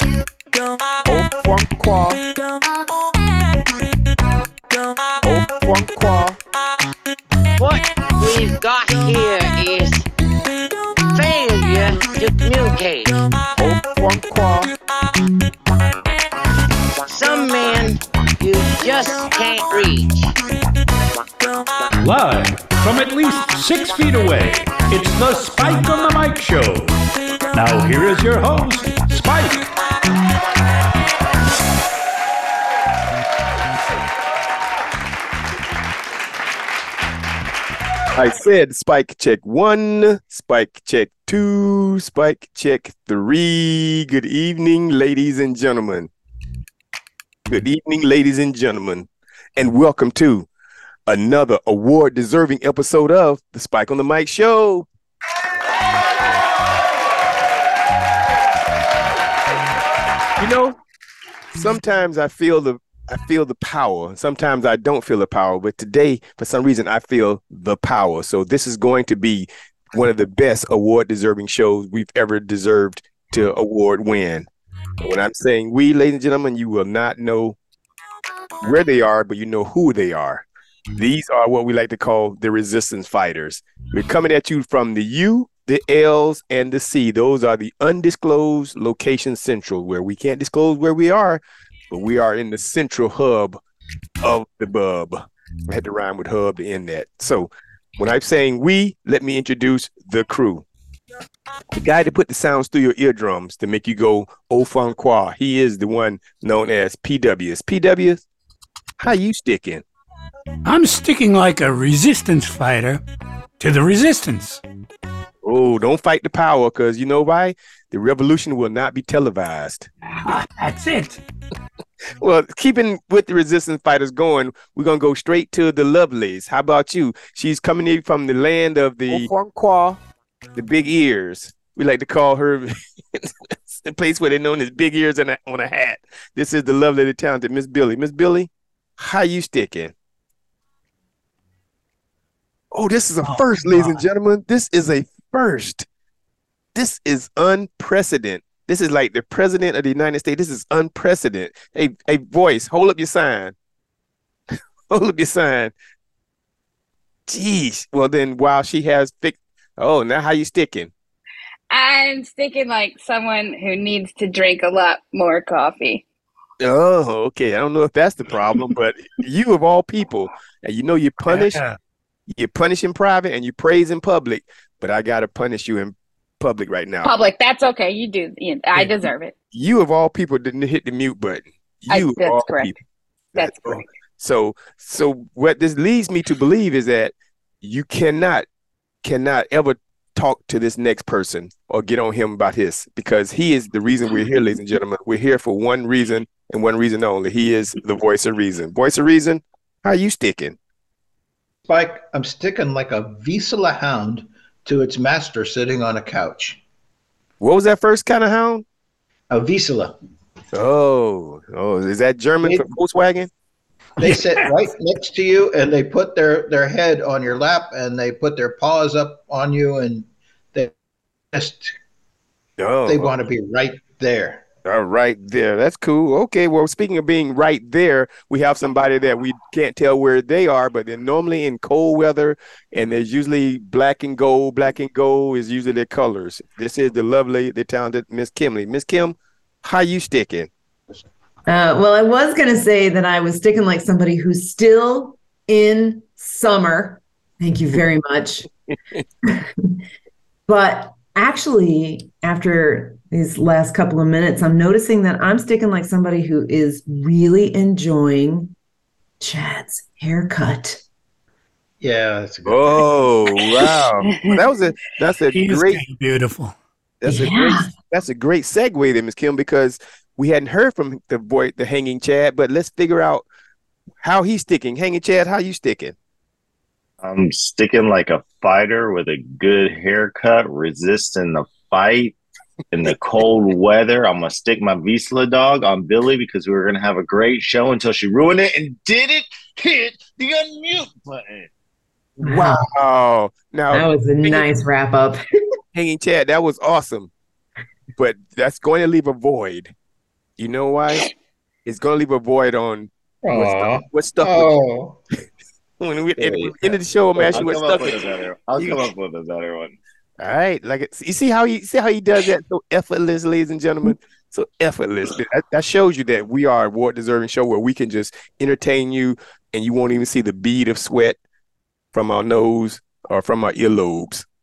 Au point quoi Au point quoi What we've got here is failure to communicate. Au point quoi Some men you just can't reach. Live from at least six feet away, it's the Spike on the Mic Show. Now, here is your host, Spike. I said spike check one, spike check two, spike check three. Good evening, ladies and gentlemen. Good evening, ladies and gentlemen, and welcome to another award deserving episode of the Spike on the Mic Show. You know, sometimes I feel the I feel the power. Sometimes I don't feel the power, but today, for some reason, I feel the power. So this is going to be one of the best award-deserving shows we've ever deserved to award win. When I'm saying we, ladies and gentlemen, you will not know where they are, but you know who they are. These are what we like to call the resistance fighters. We're coming at you from the U, the L's, and the C. Those are the undisclosed location central, where we can't disclose where we are, but we are in the central hub of the bub. I had to rhyme with hub to end that. So when I'm saying we, let me introduce the crew. The guy that put the sounds through your eardrums to make you go au fond quoi. He is the one known as PWS. PWS, how you sticking? I'm sticking like a resistance fighter to the resistance. Oh, don't fight the power, because you know why? The revolution will not be televised. Ah, that's it. Well, keeping with the resistance fighters going, we're gonna go straight to the lovelies. How about you? She's coming in from the land of the the big ears. We like to call her the place where they're known as big ears and a, on a hat. This is the lovely, the talented Miss Billy. Miss Billy, how you sticking? Oh, this is a Oh, first, ladies and gentlemen. This is a first. This is unprecedented. This is like the president of the United States. This is unprecedented. Hey, hey, voice, hold up your sign. hold up your sign. Jeez. Well, then, while she has fixed Oh, now how you sticking? I'm thinking like someone who needs to drink a lot more coffee. Oh, okay. I don't know if that's the problem, but you of all people, and you know you punish, Yeah. you punish in private and you praise in public, but I gotta punish you in public right now. Public, that's okay. You do. You, I deserve it. You of all people didn't hit the mute button. I, You of all that's correct. people. That's all. correct. So, so what this leads me to believe is that you cannot, cannot ever talk to this next person or get on him about his because he is the reason we're here, ladies and gentlemen. We're here for one reason and one reason only. He is the voice of reason. Voice of reason. How you sticking? Spike, I'm sticking like a Vizsla hound to its master sitting on a couch. What was that first kind of hound? A Vizsla. Oh, oh, is that German for Volkswagen? They sit right next to you and they put their, their head on your lap and they put their paws up on you and they just Oh, they want to be right there. All right, there. That's cool. Okay. Well, speaking of being right there, we have somebody that we can't tell where they are, but they're normally in cold weather, and there's usually black and gold. Black and gold is usually their colors. This is the lovely, the talented Miss Kimley. Miss Kim, how you sticking? Uh, well, I was going to say that I was sticking like somebody who's still in summer. Thank you very much. but actually, after these last couple of minutes, I'm noticing that I'm sticking like somebody who is really enjoying Chad's haircut. Yeah, that's a good. Oh, wow. Well, that was a that's a He's great beautiful. That's a Yeah. great that's a great segue there, Miss Kim, because we hadn't heard from the boy the hanging Chad, but let's figure out how he's sticking. Hanging Chad, how you sticking? I'm sticking like a fighter with a good haircut, resisting the fight in the cold weather. I'm gonna stick my Visla dog on Billy because we were gonna have a great show until she ruined it and didn't hit the unmute button. Wow. Oh, now That was a nice wrap up. hanging Chad, that was awesome. but that's going to leave a void. You know why? It's going to leave a void on what Aw. stuff, what stuff Oh, when we at There you the end of the show. I'm I'll asking what come stuff. up with a It, better. I'll You- come up with a better one. all right, like it, you see how he see how he does that so effortless, ladies and gentlemen. So effortless. That, that shows you that we are a award deserving show where we can just entertain you, and you won't even see the bead of sweat from our nose or from our earlobes.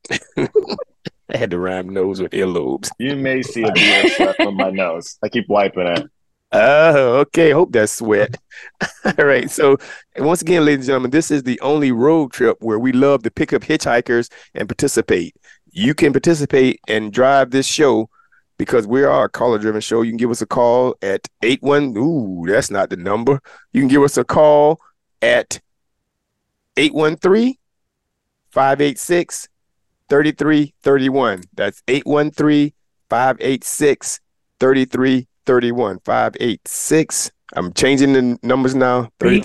I had to rhyme nose with earlobes. You may see a bead of sweat from my nose. I keep wiping it. Oh, okay. Hope that's sweat. All right. So, once again, ladies and gentlemen, this is the only road trip where we love to pick up hitchhikers and participate. You can participate and drive this show because we are a caller driven show. You can give us a call at 81. Ooh, that's not the number. You can give us a call at 813 586 3331. That's 813 586 3331 586 i'm changing the n- numbers now Three,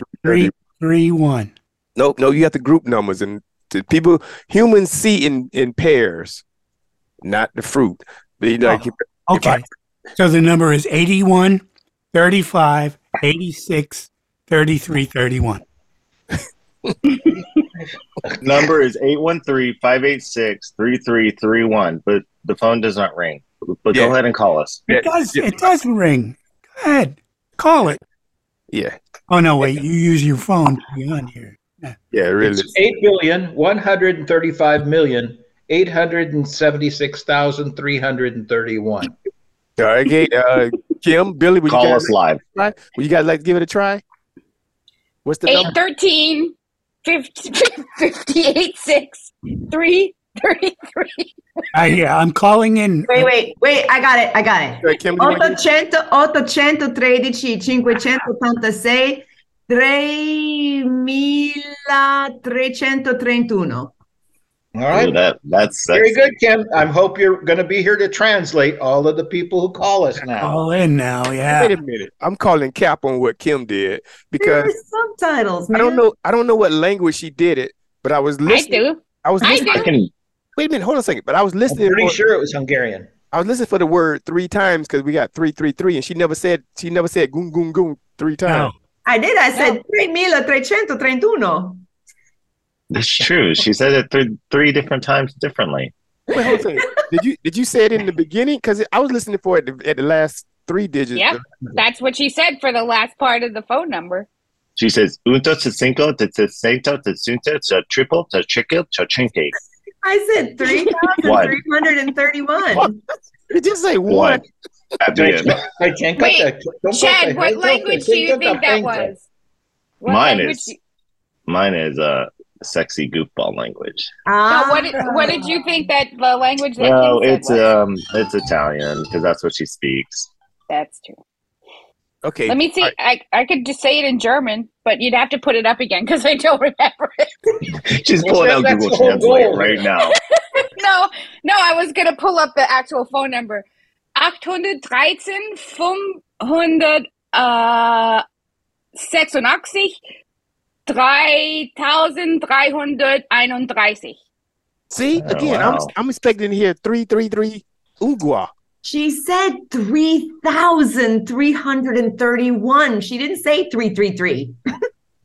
three, 33 three, one. nope no you have to group numbers and to people humans see in in pairs not the fruit they Oh, like Okay. So the number is 81, 35, 86, 33, 31. Number is 813-586-3331, but the phone does not ring. But Yeah. go ahead and call us. Yeah, It does, yeah. it does ring. Go ahead. Call it. yeah Oh, no, wait. You use your phone to be on here. yeah really it's eight billion one hundred and thirty-five million eight hundred and seventy-six thousand three hundred and thirty-one. all right okay, uh kim billy would you, Call guys, us live. like- would you guys like to give it a try what's the Eight number thirteen fifty fifty eight six three thirty three. I, yeah, I'm calling in. Wait, wait, wait. I got it. I got it. Uh, kim, you wanna give it- 800, 813, 586, 3331. All Ooh, right. that that's Very sexy. good, Kim. I hope you're going to be here to translate all of the people who call us now. Call in now. wait Yeah. a minute i'm calling cap on what kim did There are because subtitles, i man. don't know i don't know what language she did it but i was I listening do. I was I listening. do. I can Wait a minute, hold on a second. But I was I'm listening. pretty for- sure it was Hungarian. I was listening for the word three times because we got three, three, three, and she never said she never said goon, goon, goon three times. No. I did. I said 3331. that's true. She said it three three different times differently. Wait, hold on a second. did you did you say it in the beginning? Because I was listening for it at the, at the last three digits. Yeah. That's what she said for the last part of the phone number. She says unto to cinco to sesenta to sunta to triple to chickle to chinke. I said 3,331. Did you say One. one? At the end. I can't Wait, cut that. Chad, what language do you think that was? What Mine language is- do- Mine is uh, sexy goofball language. Ah. But what did, what did you think that the language that No, Kim said it's was? um, it's Italian because that's what she speaks. That's true. Okay. Let me see. I, I could just say it in German, but you'd have to put it up again because I don't remember it. She's Well, pulling that- out that's Google the whole Translate goal. right now. No, no, I was going to pull up the actual phone number. 813 500 uh, 86 3331. See Oh, again. I'm wow. I'm expecting to hear three, three, three. Ungua. She said 3,331. She didn't say 333.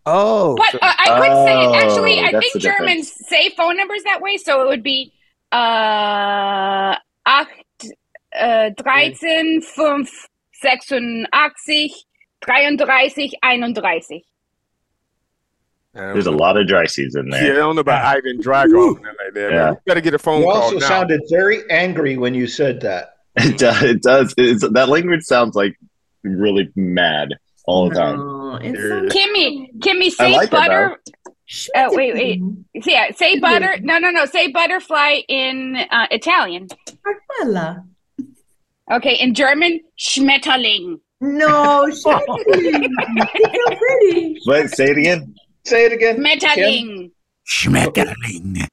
Oh, But so- uh, I could say it. Actually, Oh, I that's think the Germans say phone numbers that way, so it would be uh, acht, uh, 13, 5, 86, 33, 31. There's a lot of dry seeds in yeah, I there. don't know about Ivan Drago and that like that. Yeah. Man. You better get a phone You call also now. sounded very angry when you said that. It does. It does. It's, that language sounds like really mad all the Mm-hmm. time. No, Oh, it's so- Kimmy, Kimmy, say like it, butter. Oh, wait, wait. Yeah, say butter. No, no, no. Say butterfly in uh, Italian. Carmela. Okay, in German, Schmetterling. No, she It's so pretty. But say it again. Say it again. Kim. Schmetterling. Schmetterling.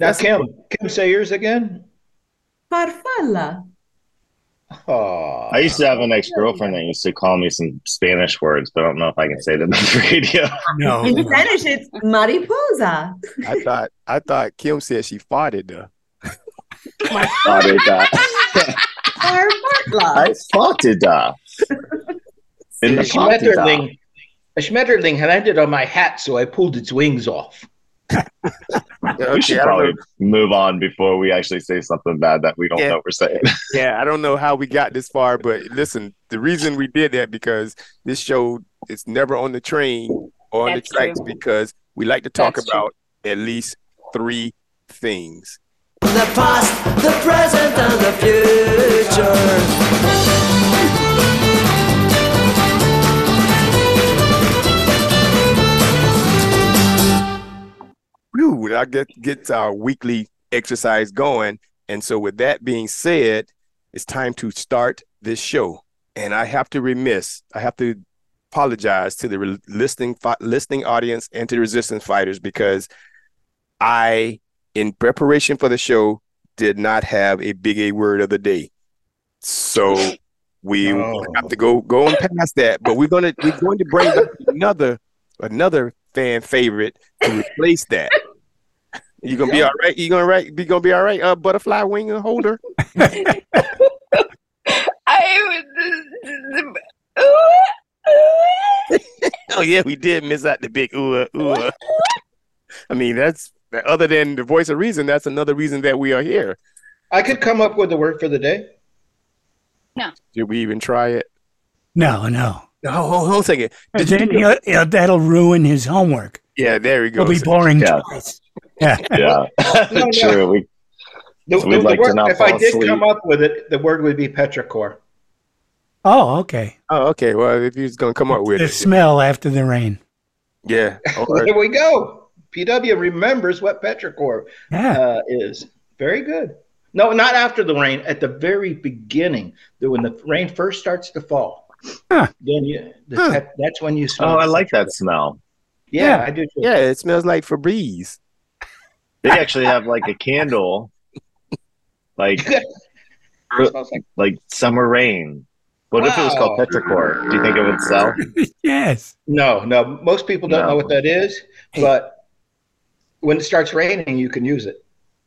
Now, Kim. Kim, say yours again. Farfalla. Oh, I used to have an ex girlfriend that used to call me some Spanish words, but I don't know if I can say them on the radio. Oh, No. In Spanish, it's mariposa. I thought I thought Kim said she farted though. Thought it, uh, I farted da. In the A farted da. schmetterling, a schmetterling landed on my hat, so I pulled its wings off. We should probably move on before we actually say something bad that we don't Yeah. know we're saying. Yeah, I don't know how we got this far, but listen, the reason we did that because this show is never on the train or on That's the tracks true. because we like to talk That's true. about at least three things. The past, the present, and the future. Whew, I get gets our weekly exercise going. And so with that being said, it's time to start this show. And I have to remiss, I have to apologize to the re- listening fi- listening audience and to the resistance fighters because I, in preparation for the show, did not have a big A word of the day. So we No. have to go go on past that, but we're gonna we're going to bring back another another fan favorite to replace that. You gonna be all right? You gonna right? Be gonna be all right? Uh, butterfly wing holder. I Oh yeah, we did miss out the big ooh uh, ooh. uh. I mean, that's other than the voice of reason. That's another reason that we are here. I could come up with a word for the day. Did we even try it? No, no. Oh, hold, hold a second. Did Then you- he'll- he'll- that'll ruin his homework. yeah, there we go. He'll be boring Yeah. twice. Yeah. Yeah, No, no. true. We, The, So we'd like to word, not if I fall did asleep. come up with it, the word would be petrichor. Oh, okay. Oh, okay. Well, if you was gonna come up with The it, smell after the rain. yeah. Or- There we go. PW remembers what petrichor Yeah. uh, is. Very good. No, not after the rain. At the very beginning, the- when the rain first starts to fall, Huh. then you, the, Huh. that- that's when you smell. oh, I it. like that smell. Yeah, Yeah. I do. Too. yeah, it smells like Febreze. They actually have like a candle, like It smells like- like summer rain. What if it was called Wow. petrichor? Do you think it would sell? Mm. yes. no, no. Most people don't No. know what that is, but when it starts raining, you can use it.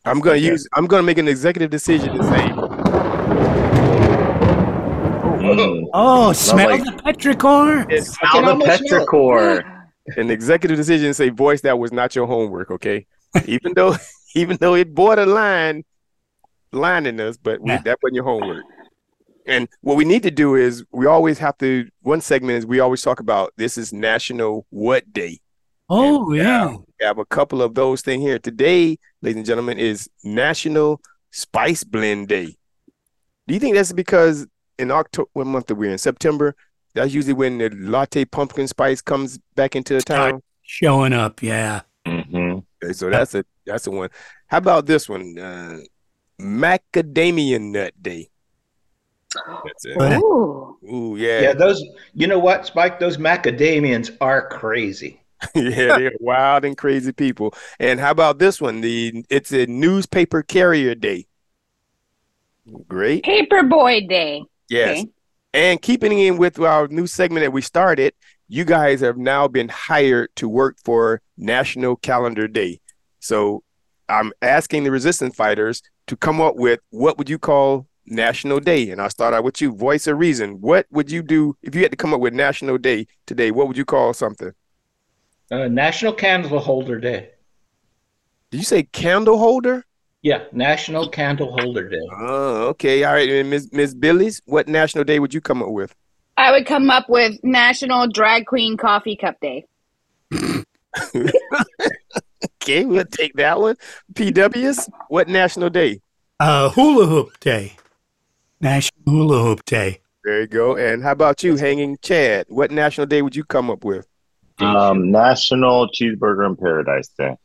I'm gonna Okay. use. I'm gonna make an executive decision to say Mm. Oh, smell like- the petrichor. it I can Smell the almost smell it. petrichor. an executive decision say voice that was not your homework okay even though even though it borderline lining us but we, Yeah. that wasn't your homework and what we need to do is we always have to one segment is we always talk about this is national what day Oh, yeah. we have a couple of those things here today ladies and gentlemen is national spice blend day do you think that's because in october what month are we in september that's usually when the latte pumpkin spice comes back into the town Showing up. Yeah. hmm Okay, so that's a that's the one. How about this one? Uh, macadamia nut day. That's it. But Ooh. Ooh, Yeah, yeah, those. You know what, Spike? Those macadamians are crazy. yeah, they're wild and crazy people. And how about this one? The it's a newspaper carrier day. Great, Paperboy Day. yes. Okay. And keeping in with our new segment that we started, you guys have now been hired to work for National Calendar Day. So I'm asking the resistance fighters to come up with what would you call National Day? And I'll start out with you, voice of reason. What would you do if you had to come up with National Day today? What would you call something? Uh, National Candle Holder Day. Did you say candle holder? Yeah, National Candle Holder Day. Oh, okay. All right. And Ms. Ms. Billy's, what National Day would you come up with? I would come up with National Drag Queen Coffee Cup Day. Okay, we'll take that one. PW's, what National Day? uh, hula hoop day. National hula hoop day. There you go. And how about you, Hanging Chad? What national day would you come up with? Um, National Cheeseburger in Paradise Day.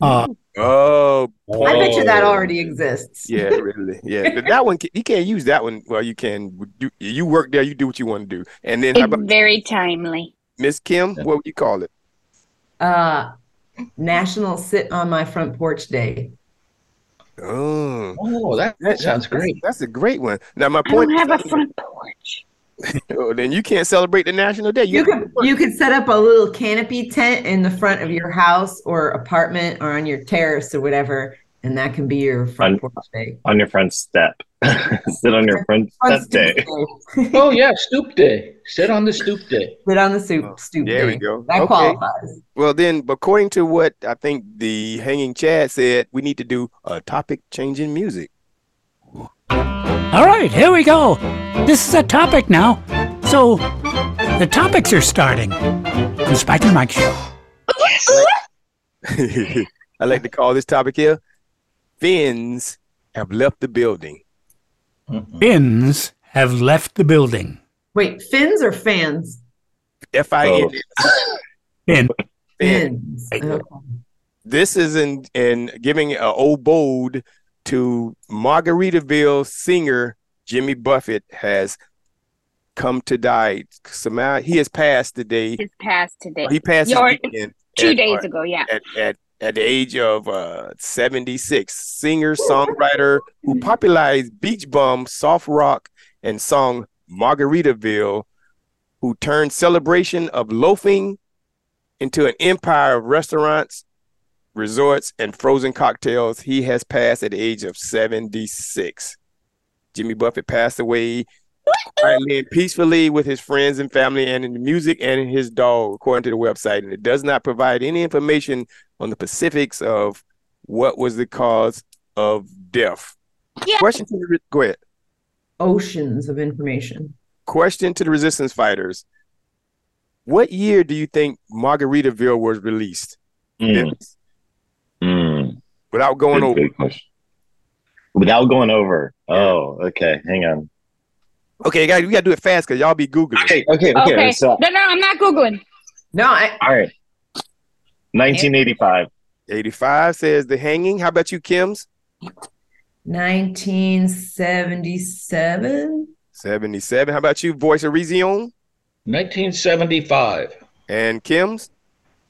Uh, Oh, I bet you that Oh. already exists. yeah, really, yeah. But that one, you can't use that one. Well, you can. You, you work there. You do what you want to do. And then how It's about very timely. Miss Kim? What would you call it? Uh, National Sit on My Front Porch Day. Oh, Oh, that, that sounds great. that's a great one. Now my I don't point. have a front porch. Oh, then you can't celebrate the national day. You could you could set up a little canopy tent in the front of your house or apartment or on your terrace or whatever, and that can be your front porch day. on your front step. Sit on your front On step day. stoop day. Oh yeah, stoop day. Sit on the stoop day. Sit on the stoop, stoop Oh, There we day. go. That Okay. qualifies. Well, then, according to what I think the Hanging Chad said, we need to do a topic change in music. All right, here we go. This is a topic now. So, the topics are starting on the Spike and Mike Show. I like to call this topic here Fins have left the building. Bins have left the building. Wait, fins or fans? F I N. Bin. Fin. Fins. Thank Okay. This is in, in giving an obode to Margaritaville singer Jimmy Buffett has come to die. Somehow he has passed the day. It's past today. Oh, He passed his Your- weekend Two at- days ago, yeah. at, at, at the age of uh, 76, singer songwriter who popularized beach bum, soft rock, and song Margaritaville, who turned celebration of loafing into an empire of restaurants, resorts, and frozen cocktails. He has passed at the age of 76. Jimmy Buffett passed away quietly and peacefully with his friends and family and in the music and in his dog, according to the website. And it does not provide any information on the specifics of what was the cause of death. Yeah. Question to the re- go ahead. Oceans of information. Question to the resistance fighters. What year do you think Margaritaville was released? Mm, mm, Without going good, over. good question. Without going over. Oh, okay. Hang on. Okay, guys, we gotta do it fast because y'all be Googling. Okay, okay, okay. Okay. So, No, no, I'm not Googling. No, I, all right. 1985. 85 says the hanging. How about you, Kim's? 1977. 77. How about you, Voice of Rezion? 1975. And Kim's?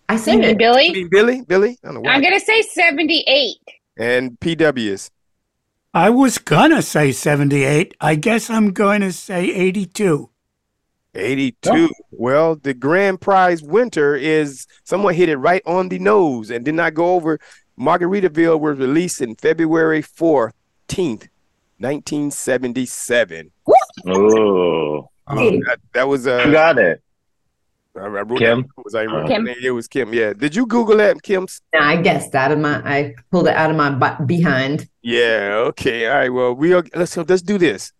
I Thank said you, it. I Billy. mean, Billy? Billy? I don't know why. I'm gonna say 78. and PW's. I was gonna say 78. I guess I'm going to say 82. 82. Well, the grand prize winner is someone hit it right on the nose and did not go over. Margaritaville was released in February 14th, 1977. Oh, Hey, That, that was uh, you got it. I, I wrote Kim? that- Was I wrote Kim. that name. It was Kim. Yeah. Did you Google that, Kim's? now I guessed out of my, I pulled it out of my bu- behind. Yeah. Okay. All right. Well, we are. Let's so let's do this,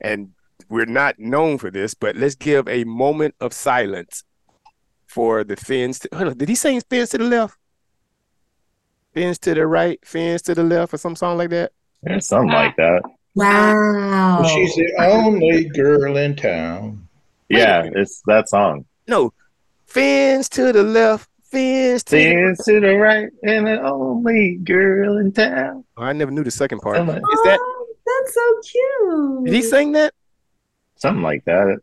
and we're not known for this, but let's give a moment of silence for the fins. To, hold on, did he say fins to the left? Fins to the right, fins to the left, or some song like that. Yeah, something like that. Wow. She's the only girl in town. Yeah, it's that song. No, fins to the left, fins to. The... Singing to the right and the only girl in town. Oh, I never knew the second part. Something like, Is that? Oh, that's so Did he cute. sing that? something like that.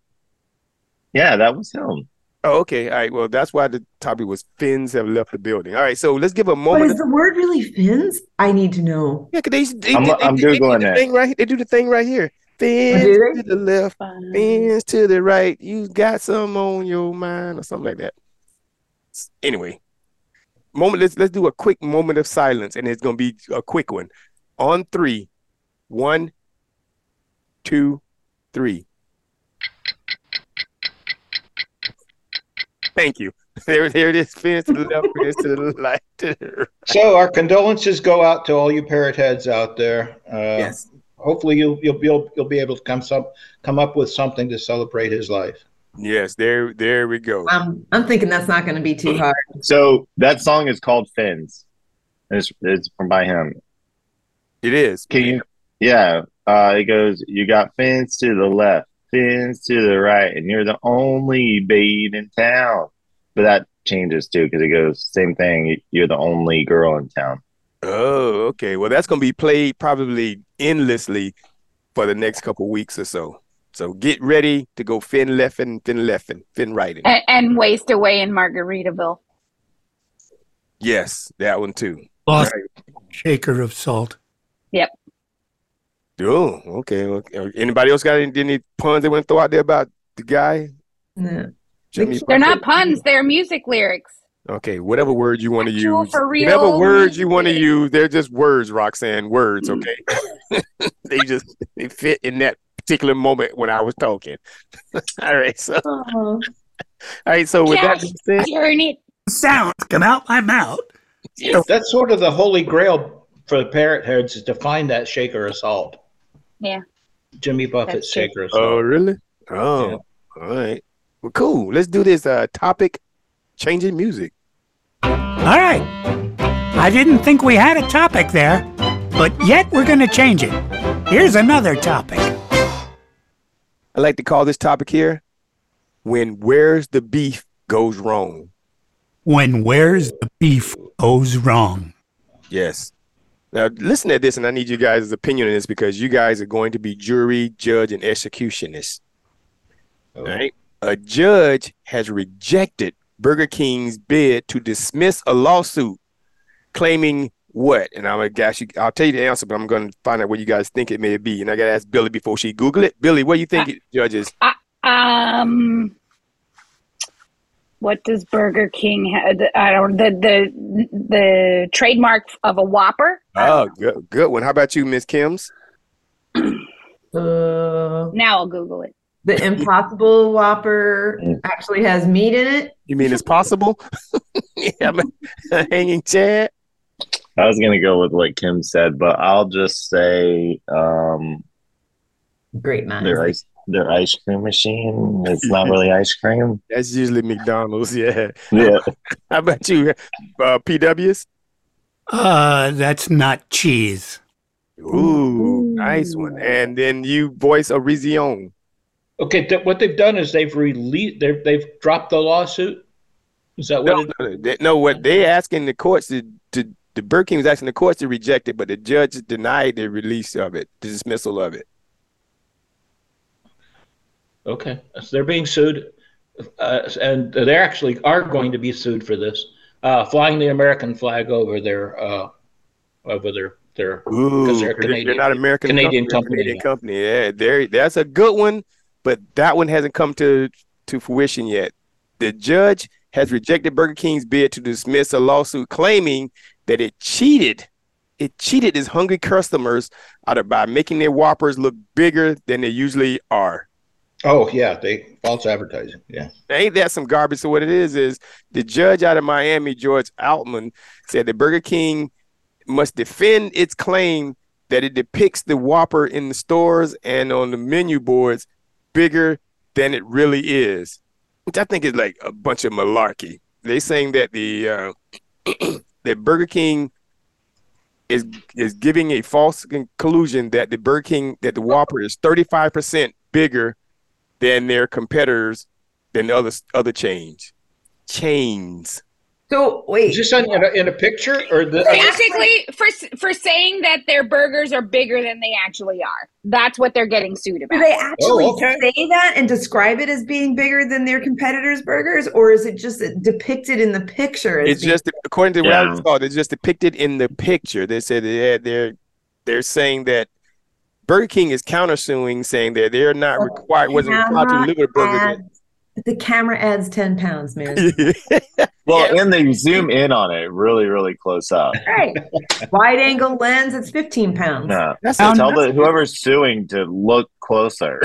Yeah, that was him. Oh, okay. All right. Well, that's why the topic was fins have left the building. All right. So let's give a But moment. Oh, is the word really fins? I need to know. Yeah, 'cause they, they, I'm- they, I'm they, they do Googling the it. thing right. They do the thing right here. do Fins they? to the left, fins to the right. You got some on your mind or something like that. S- Anyway, moment. Let's let's do a quick moment of silence, and it's gonna be a quick one. On three, one, two, three. Thank you. There, there it is. Fins to the left, fins to the right. to the right. So our condolences go out to all you parrot heads out there. Uh, Yes. Hopefully you'll you'll be able, you'll be able to come some come up with something to celebrate his life. Yes. There, there we go. I'm, I'm thinking that's not going to be too hard. So that song is called Fins. It's it's from by him. It is. Can you? Yeah. Uh, it goes. You got fins to the left, fins to the right, and you're the only babe in town. But that changes too because it goes same thing. You're the only girl in town. Oh, okay. Well, that's going to be played probably endlessly for the next couple weeks or so. So get ready to go fin left and fin left and fin right. and- And, and waste away in Margaritaville. Yes, that one too. Lost shaker of salt. Oh, okay. okay. Anybody else got any, any puns they want to throw out there about the guy? No. Jimmy They're They're Buffett? not puns, they're music lyrics. Okay, whatever word you want to Actual use, for real whatever words you want to music. use, they're just words, Roxanne. Words, okay? they just they fit in that particular moment when I was talking. all right, so all Oh, right, so with that Cash, turn it. Sounds come out my mouth. That's sort of the holy grail for the parrot heads is to find that shaker of salt. Yeah. Jimmy Buffett's That's true. shaker of Oh, salt. really? Oh, all right. Well, cool. Let's do this uh, topic changing music. All right. I didn't think we had a topic there, but yet we're going to change it. Here's another topic. I like to call this topic here when where's the beef goes wrong. When where's the beef goes wrong. Yes. Now listen at this, and I need you guys' opinion on this because you guys are going to be jury, judge, and executionist. All right. A judge has rejected Burger King's bid to dismiss a lawsuit claiming what? And I'm gonna guess you I'll tell you the answer, but I'm gonna find out what you guys think it may be. And I gotta ask Billy before she Google it. Billy, what do you think it judges? Um, what does Burger King have? I don't the the the trademark of a Whopper. Oh, good good one. How about you, Miss Kim's? uh, Now I'll Google it. the Impossible Whopper Mm. actually has meat in it. You mean it's possible? yeah, but hanging Chad. I was gonna go with what Kim said, but I'll just say um, Great minds. their ice their ice cream machine. It's not really ice cream. That's usually McDonald's. Yeah. Yeah, How about you, uh, PWs? Uh, that's not cheese. Ooh, nice one. And then you voice Orizion. Okay, th- what they've done is they've released they've they've dropped the lawsuit. Is that what No, it, no, they- no, what they asking the courts to, to the Burger King was asking the courts to reject it, but the judge denied the release of it, the dismissal of it. okay? So they're being sued, uh, and they actually are going to be sued for this, uh, flying the American flag over their uh, over their their Ooh, 'Cause they're they're, they're a Canadian- not American. Canadian company. Canadian company. Yeah, there. That's a good one, but that one hasn't come to to fruition yet. The judge has rejected Burger King's bid to dismiss a lawsuit claiming that it cheated. It cheated its hungry customers out of by making their Whoppers look bigger than they usually are. Oh yeah, they false advertising. Yeah. Ain't that some garbage? So what it is is the judge out of Miami, George Altman, said that Burger King must defend its claim that it depicts the Whopper in the stores and on the menu boards bigger than it really is, which I think is like a bunch of malarkey. They saying that the uh, that Burger King is is giving a false conclusion that the Burger King that the Whopper is thirty five percent bigger than their competitors than the other other chains. Chains. So Is wait, this on, in, a, in a picture or the? Basically, for for saying that their burgers are bigger than they actually are. That's what they're getting sued do about. they actually Oh, okay. say that and describe it as being bigger than their competitors' burgers, or is it just depicted in the picture? as It's being- just according to what I Yeah. saw, it's just depicted in the picture. They said they had- they're they're saying that Burger King is countersuing, saying that they're not Well, required wasn't required to camera deliver the burger. adds- the camera adds ten pounds, man. well, and they zoom in on it really, really close up. right. Wide angle lens, it's fifteen pounds. No, That's Um, tell the whoever's suing to look closer.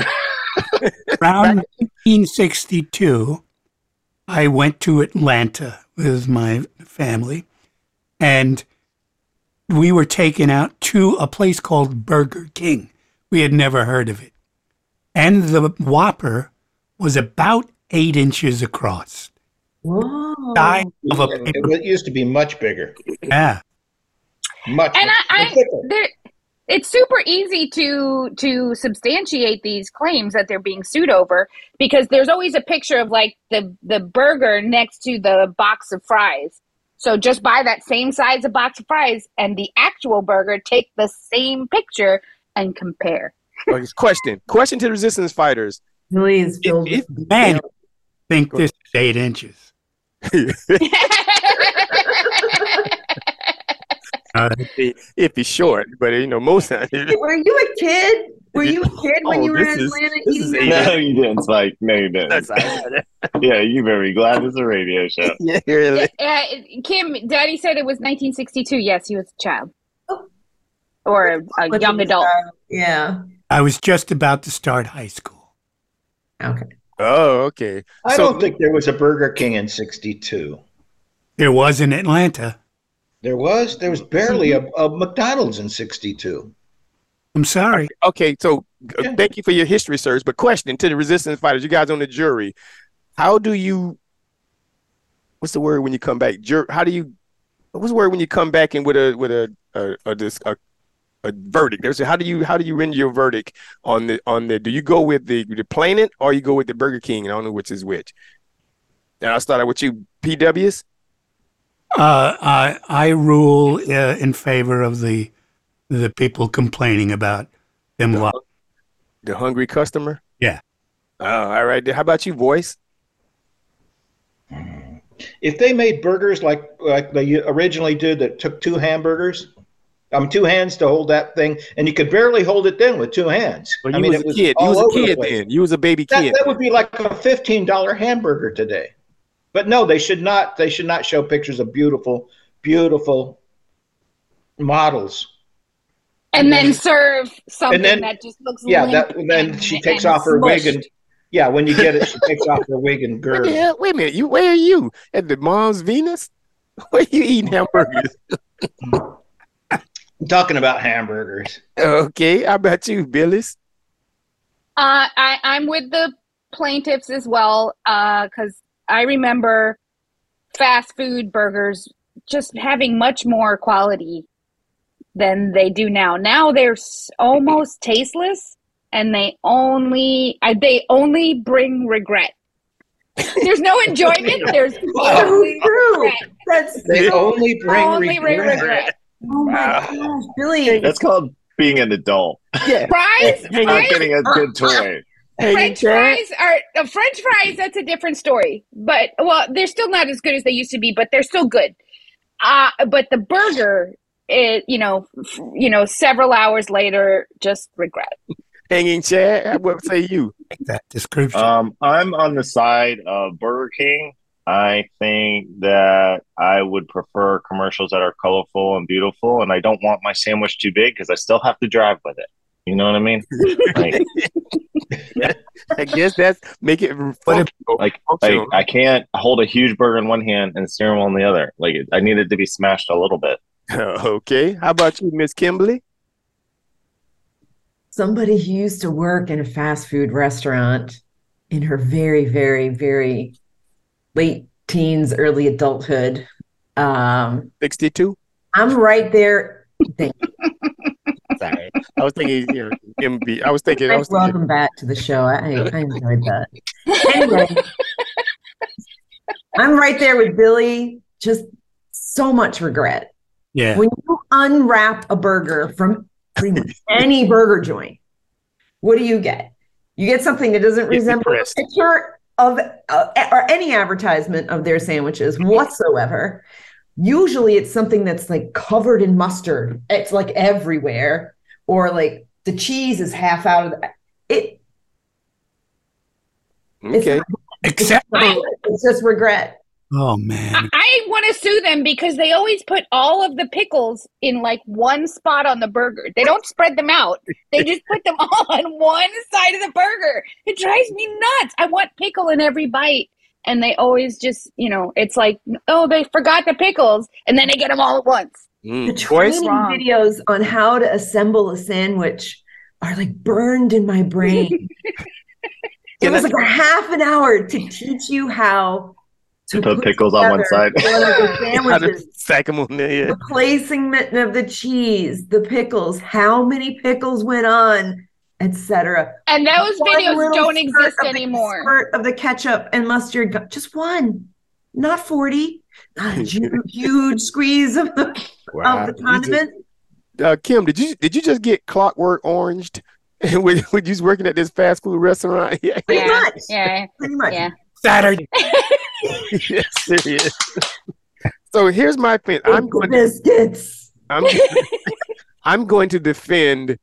Around 1962, I went to Atlanta with my family, and we were taken out to a place called Burger King. We had never heard of it. And the Whopper was about eight inches across. Whoa. Size of a Oh. It, paper was- used to be much bigger, bag. much. And I, much I thicker. there- it's super easy to to substantiate these claims that they're being sued over because there's always a picture of like the the burger next to the box of fries. So just buy that same size of box of fries and the actual burger, take the same picture and compare. Okay, question. Question to the resistance fighters. Really is filled If- with Man, you think this is eight inches. Uh, If he's short, but you know, most times Were you a kid? Were you a kid when Oh, you were this in is- Atlanta this is eating a- that? no, you didn't, Spike. No, you didn't. That's all right. yeah, you better be glad it's a radio show. yeah, really. Uh, Kim, Daddy said it was 1962. Yes, he was a child. Or a young adult. Yeah. I was just about to start high school. Okay. Oh, okay. I So- don't think there was a Burger King in '62. There was in Atlanta. There was there was barely a, a McDonald's in '62. I'm sorry. Okay, so uh, Yeah. thank you for your history search. But question to the resistance fighters, you guys on the jury, how do you? What's the word when you come back? Jur- how do you? What's the word when you come back and with a with a a a, dis- a, a verdict? There's a, how do you how do you render your verdict on the on the? Do you go with the the planet or you go with the Burger King? And I don't know which is which. And I'll start out with you, PWs. Uh, I I rule uh, in favor of the the people complaining about them. lo- The hungry customer? Yeah. Oh, all right. How about you, voice? If they made burgers like like they originally did, that took two hamburgers, um, two hands to hold that thing, and you could barely hold it then with two hands. Well, you was a kid. You all was a over the kid place. then. You was a baby That, kid. that would be like a fifteen dollar hamburger today. But no, they should not. They should not show pictures of beautiful, beautiful models. And then serve something then- that just looks Yeah, limp that. Then and- she takes and off her wig smushed. and. Yeah, when you get it, she takes off her wig and What the girdle. hell? Wait a minute. You where are you? At the mom's Venus? Where you eating hamburgers? I'm talking about hamburgers. okay. How about you, Billis? Uh, I, I'm with the plaintiffs as well because I remember fast food burgers just having much more quality than they do now. Now they're s- almost tasteless, and they only I, they only bring regret. There's no enjoyment. There's Oh. only Oh, True. regret. That's They so, only bring Only regret. regret. oh my gosh, Billy. That's called being an adult. Yeah. Fries, You're not fries getting a good toy. Hey, French fries are uh, French fries. That's a different story. But well, they're still not as good as they used to be, but they're still good. Uh, but the burger, it, you know, f- you know, several hours later, just regret. hanging Chad. What say you? Like that description. Um, I'm on the side of Burger King. I think that I would prefer commercials that are colorful and beautiful, and I don't want my sandwich too big because I still have to drive with it. You know what I mean? Like, I guess that's make it What if- functional. like, like functional. I can't hold a huge burger in one hand and the steering wheel in the other. Like, I need it to be smashed a little bit. okay. How about you, Miss Kimberly? Somebody who used to work in a fast food restaurant in her very, very, very late teens, early adulthood. Um, Sixty-two. I'm right there. Thank you. Sorry, I was thinking you know, MB. I was thinking. I was thinking Welcome back to the show. I, I enjoyed that. Anyway, I'm right there with Billy. Just so much regret. yeah. When you unwrap a burger from pretty much any burger joint, what do you get? You get something that doesn't Get resemble a depressed. picture of uh, or any advertisement of their sandwiches whatsoever. Usually, it's something that's like covered in mustard. It's like everywhere, or like the cheese is half out of the, it. It's okay. Except. not- it's just regret. Oh I, man. I want to sue them because they always put all of the pickles in like one spot on the burger. They don't spread them out. They just put them all on one side of the burger. It drives me nuts. I want pickle in every bite. And they always just, you know, it's like, oh, they forgot the pickles, and then they get them all at once. The Mm. Voice. training Wrong. videos on how to assemble a sandwich are like burned in my brain. it Can was I- like a half an hour to teach you how to To put pickles on one together side. one of the How to sandwiches, sack them on there? Yeah. the placement of the cheese, the pickles, how many pickles went on, etc. And those One videos little don't spurt exist of the- anymore. Spurt of the ketchup and mustard, go- just one, not forty, not a huge, huge squeeze of the, Wow. of the condiment. uh, Kim, did you did you just get clockwork oranged when, when you was working at this fast food restaurant? Yeah, Yeah. Pretty much. Yeah. Pretty much. Yeah. Saturday. yes, serious. So here's my thing. Big I'm going. biscuits. I'm, I'm going to defend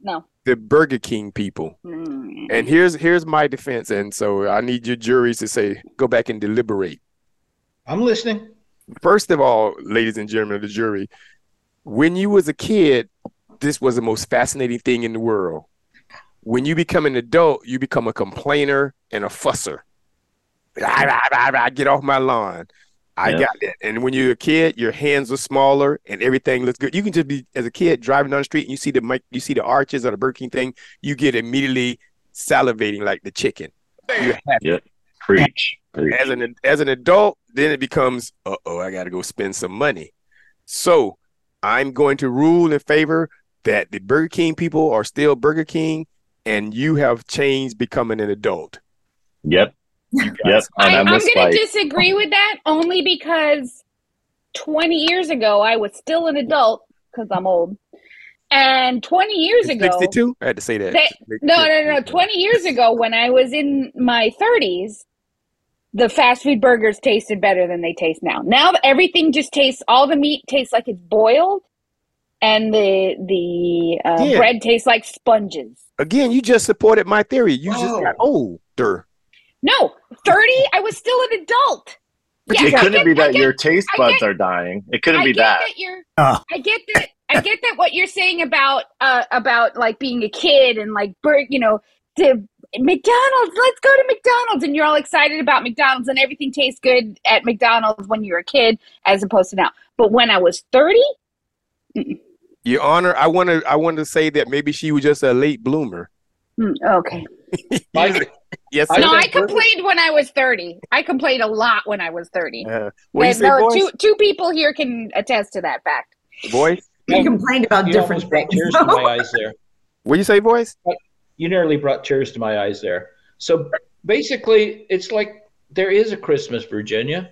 No. the Burger King people. Mm. And here's here's my defense. And so I need your juries to say go back and deliberate. I'm listening. First of all, ladies and gentlemen of the jury, when you was a kid, this was the most fascinating thing in the world. When you become an adult, you become a complainer and a fusser. Rah, rah, rah, rah, get off my lawn. I Yeah. got that. And when you're a kid, your hands are smaller and everything looks good. You can just be as a kid driving down the street and you see the mic- you see the arches or the Burger King thing, you get immediately salivating like the chicken. You're happy. Preach. Preach. As an as an adult, then it becomes, uh oh, I gotta go spend some money. So I'm going to rule in favor that the Burger King people are still Burger King and you have changed becoming an adult. Yep. Yep. And I, I I'm going must to fight. disagree with that only because 20 years ago I was still an adult because I'm old, and 20 years ago, 62? I had to say that. They- no, no, no, 20 years ago when I was in my 30s, the fast food burgers tasted better than they taste now. Now everything just tastes all the meat tastes like it's boiled, and the the uh, Yeah. bread tastes like sponges. Again, you just supported my theory. You just Oh. Whoa. got older. No, 30, I was still an adult. But Yeah, it I couldn't get- be I that get- your taste I buds get- are dying. It couldn't I be get that. you're Oh. I get that I get that what you're saying about uh about like being a kid and like bur- you know the McDonald's let's go to McDonald's and you're all excited about McDonald's and everything tastes good at McDonald's when you're a kid as opposed to now but when I was 30 Your Honor, I want to I want to say that maybe she was just a late bloomer. hmm, okay Mike, Yes, I sir. no I think we're- complained when I was 30 I complained a lot when I was 30 Uh, what you And say, there are boys? two two people here can attest to that fact Voice? You complained about you different almost brought things. tears to my eyes there. What you say, voice? you nearly brought tears to my eyes there. So basically, it's like there is a Christmas Virginia,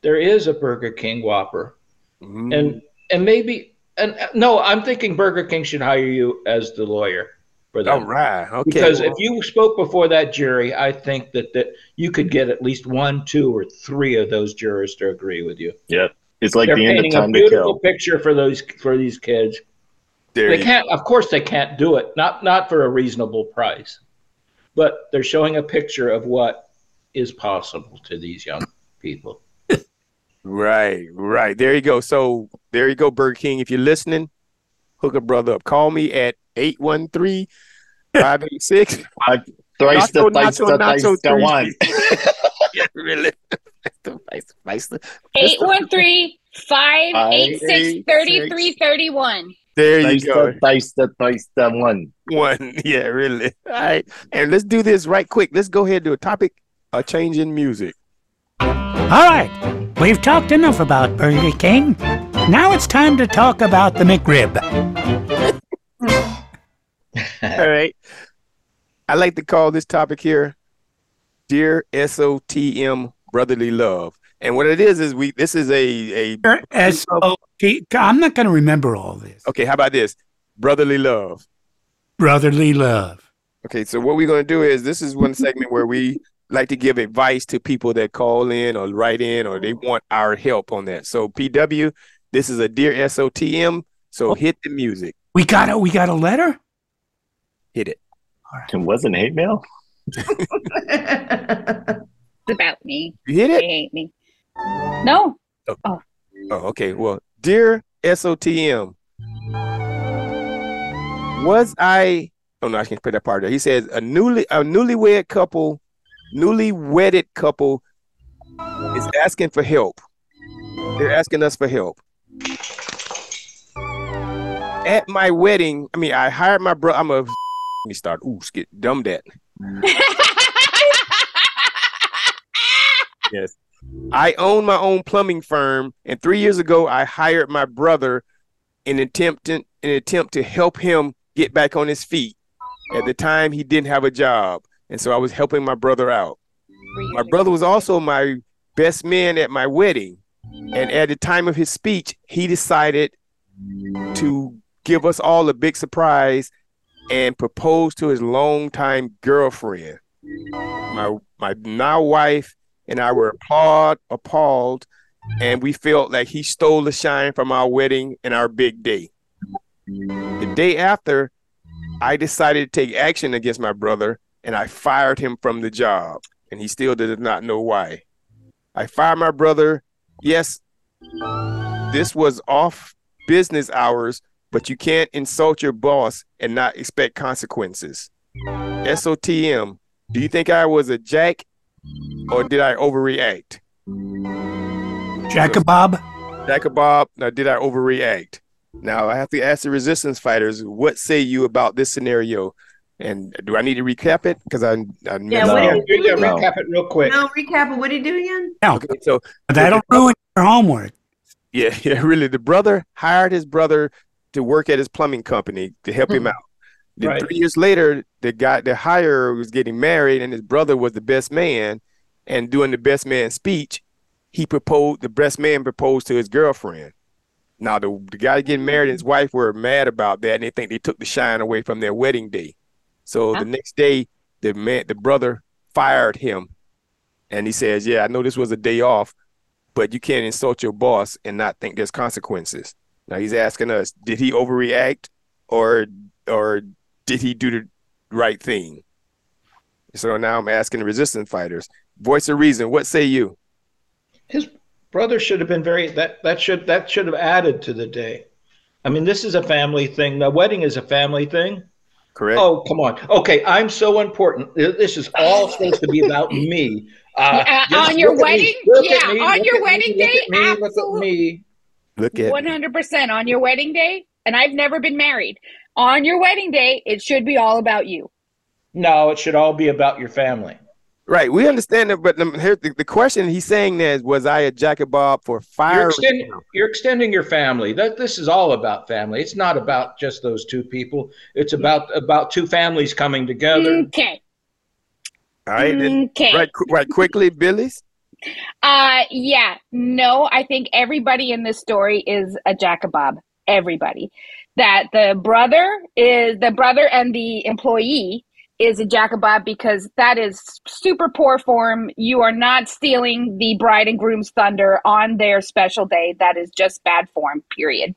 there is a Burger King Whopper, Mm-hmm. Mm, and and maybe and uh, no, I'm thinking Burger King should hire you as the lawyer for that. Oh, all right, okay. Because if you spoke before that jury, I think that, that you could get at least one, two, or three of those jurors to agree with you. Yep. It's like They're the end of painting a time to beautiful kill. picture for those for these kids. There They you- can't. Of course, they can't do it. Not not for a reasonable price, but they're showing a picture of what is possible to these young people. Right, right. There you go. So there you go, Burger King. If you're listening, hook a brother up. Call me at 813 586. Thrice the Nacho, thrice nacho, the thrice nacho, the thrice. one. Really? Vice- vice- Eight one three five eight six thirty three thirty one. There Thrice you go. the thrice the thrice the one. One. Yeah, really. All right. And let's do this right quick. Let's go ahead to a topic, a change in music. All right, we've talked enough about Burger King. Now it's time to talk about the McRib. All right. I like to call this topic here Dear SOTM Brotherly Love. And what it is is we this is a a S O T. I'm not going to remember all this. okay, how about this? Brotherly love. Brotherly love. Okay, so what we're gonna do is this is one segment where we like to give advice to people that call in or write in or they want our help on that. So PW, this is a dear SOTM. So hit the music. We got a we got a letter. Hit it. It wasn't hate mail. It's about me. You hit They it? hate me. No. Oh, okay. Well, dear SOTM, was I? Oh no, I can put that part there. He says a newly a newlywed couple, newly wedded couple, is asking for help. They're asking us for help. At my wedding, I mean, I hired my brother. I'm a. Let me start. Ooh, skit, dumb that. Yes. I own my own plumbing firm, and three years ago, I hired my brother in attempt in an attempt to help him get back on his feet. At the time, he didn't have a job, and so I was helping my brother out. My brother was also my best man at my wedding, and at the time of his speech, he decided to give us all a big surprise and propose to his longtime girlfriend, my my now wife and I were appalled, appalled, and we felt like he stole the shine from our wedding and our big day. The day after, I decided to take action against my brother and I fired him from the job. And he still did not know why. I fired my brother. Yes, this was off business hours, but you can't insult your boss and not expect consequences. SOTM, do you think I was a jack or did I overreact? Jacobob, Jacobob, now did I overreact? Now I have to ask the resistance fighters, what say you about this scenario? And do I need to recap it? Because I, I messed what up. did You can No. recap it real quick. No, recap. What did he do again? no, Okay, so that'll ruin your homework. Yeah, yeah, really. The brother hired his brother to work at his plumbing company to help him out. Then Right. three years later, the guy, the hire was getting married, and his brother was the best man. And doing the best man speech, he proposed. The best man proposed to his girlfriend. Now the, the guy getting married and his wife were mad about that, and they think they took the shine away from their wedding day. So the next day, the man, the brother fired him, and he says, "Yeah, I know this was a day off, but you can't insult your boss and not think there's consequences. Now he's asking us, did he overreact or or did he do the right thing? So now I'm asking the resistance fighters, voice of reason, what say you? His brother should have been very that that should that should have added to the day. I mean, this is a family thing. The wedding is a family thing. Correct? Oh, come on. Okay, I'm so important. This is all supposed to be about me. Uh, Yeah, just on your look at me, wedding- look at yeah, me, on look your at me, wedding look at day, me, look at absolutely. me. Look at 100% on your wedding day, and I've never been married. On your wedding day, it should be all about you. No, it should all be about your family. right. We understand that, but um, here's the, the question he's saying is, was I a jackabob for You're firing? extending, you're extending your family. That this is all about family. It's not about just those two people. It's about about two families coming together. Okay. All right, then, Mm. Okay. right, qu- right, quickly, Billy's. Uh, yeah, no, I think everybody in this story is a jacobob. Everybody. That the brother is the brother and the employee is a jacobob because that is super poor form. You are not stealing the bride and groom's thunder on their special day. That is just bad form, period.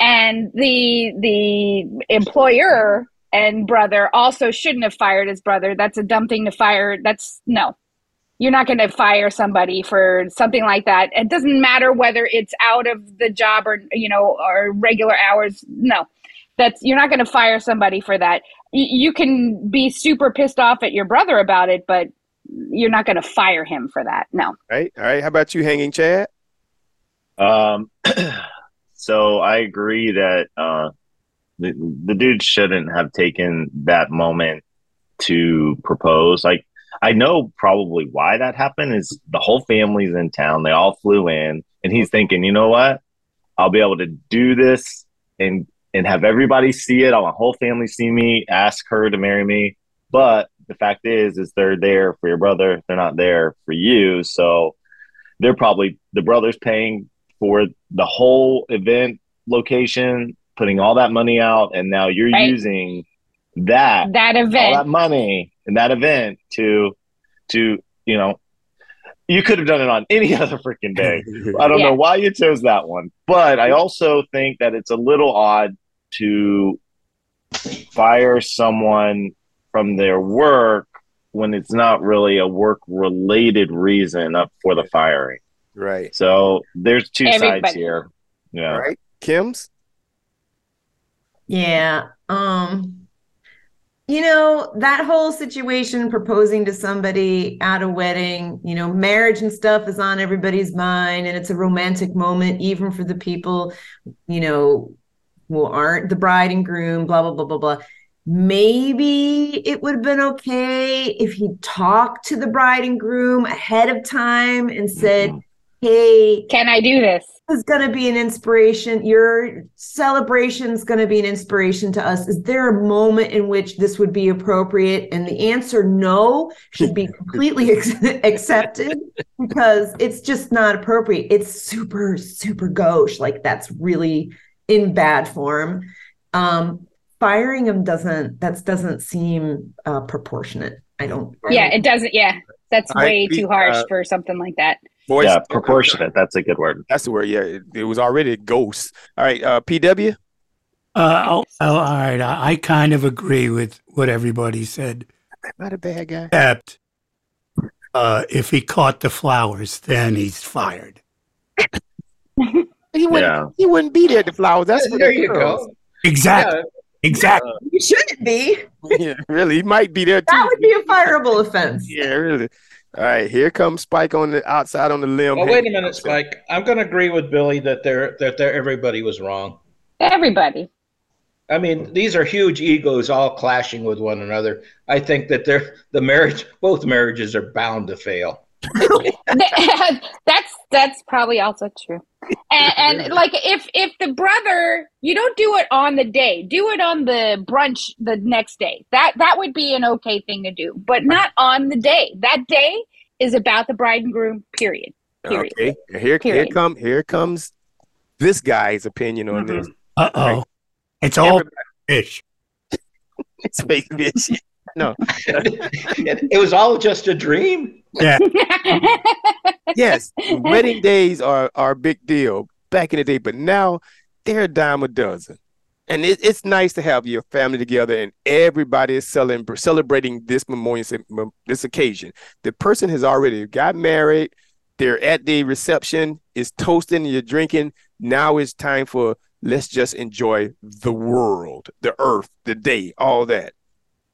And the the employer and brother also shouldn't have fired his brother. That's a dumb thing to fire. That's no you're not going to fire somebody for something like that. It doesn't matter whether it's out of the job or you know or regular hours. No, that's you're not going to fire somebody for that. Y- you can be super pissed off at your brother about it, but you're not going to fire him for that. No. Right. All right. How about you, Hanging Chad? Um, so I agree that uh, the, the dude shouldn't have taken that moment to propose. Like, I know probably why that happened is the whole family's in town. They all flew in, and he's thinking, you know what? I'll be able to do this and and have everybody see it. All my whole family see me. Ask her to marry me. But the fact is, is they're there for your brother. They're not there for you. So they're probably the brother's paying for the whole event location, putting all that money out, and now you're Right. using that That all event. that money in that event to to you know you could have done it on any other freaking day i don't Yeah. know why you chose that one but i also think that it's a little odd to fire someone from their work when it's not really a work related reason up for the firing Right. so there's two sides Everybody. here yeah All right. Kim's. Yeah. Um, you know, that whole situation proposing to somebody at a wedding, you know, marriage and stuff is on everybody's mind, and it's a romantic moment, even for the people, you know, who aren't the bride and groom, blah, blah, blah, blah, blah. Maybe it would have been okay if he talked to the bride and groom ahead of time and said, Hey, Can I do this? is going to be an inspiration. Your celebration is going to be an inspiration to us. Is there a moment in which this would be appropriate? And the answer no should be completely ex- accepted because it's just not appropriate. It's super, super gauche. Like that's really in bad form. Um, firing him doesn't, that doesn't seem uh, proportionate. I don't. I Yeah, don't- it doesn't. Yeah, that's I way agree, too harsh uh, for something like that. Voice. yeah proportionate that's a good word That's the word. Yeah. It, it was already a ghost. All right. Uh, PW. Uh, I'll, I'll, all right, I, I kind of agree with what everybody said, Not a bad guy. except uh, if he caught the flowers, then he's fired. He wouldn't. Yeah. He wouldn't be there at the flowers. That's for there the you girls. go. Exactly, exactly. You shouldn't be. yeah, really. He might be there too. That would be a fireable offense. yeah, really. All right, here comes Spike on the outside on the limb. Well, Oh, wait a minute, Spike. I'm going to agree with Billy that there that there everybody was wrong. Everybody. I mean, these are huge egos all clashing with one another. I think that they're the marriage, both marriages are bound to fail. that's that's probably also true. And, and like if if the brother, you don't do it on the day. Do it on the brunch the next day. That that would be an okay thing to do, but not on the day. That day is about the bride and groom. Period. Period. Okay, here, here Period. come, here comes this guy's opinion on this. Uh oh, it's all Everybody- fish. Space bitch. No. it, it was all just a dream. Yes, wedding days are are a big deal back in the day, but now they're a dime a dozen, and it, it's nice to have your family together and everybody is celebrating celebrating this memorial this occasion. The person has already got married. They're at the reception. It's toasting. You're drinking. Now it's time for let's just enjoy the world, the earth, the day, all that.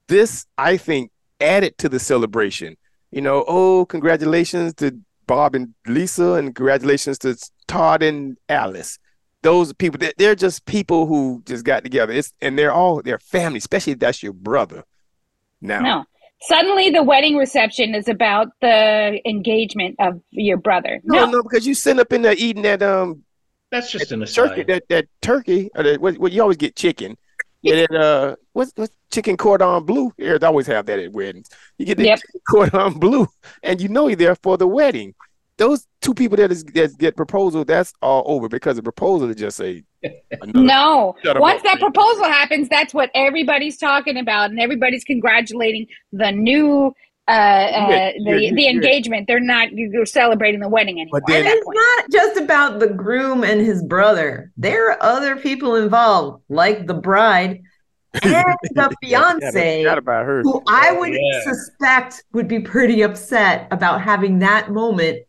This I think added to the celebration. You know, oh, congratulations to Bob and Lisa, and congratulations to Todd and Alice. Those people, they- they're just people who just got together. It's and they're all their family, especially if that's your brother. Now, No. Suddenly, the wedding reception is about the engagement of your brother. no, No, no, because you sitting up in there eating that um That's just an turkey, aside. that, that turkey, or that, what, what you always get chicken. And then, uh, what's, what's chicken cordon bleu? Yeah, they always have that at weddings. You get the Yep. chicken cordon bleu, and you know you're there for the wedding. Those two people that is that get proposal, that's all over because the proposal is just a another no. Shut 'em Once up, that man. proposal happens, that's what everybody's talking about, and everybody's congratulating the new uh, uh, Yeah, yeah, the, yeah, the yeah. engagement. They're not you're celebrating the wedding anymore. But then- at And that it's point. not just about the groom and his brother. There are other people involved, like the bride and the fiance, Not about her. who I would Yeah. suspect would be pretty upset about having that moment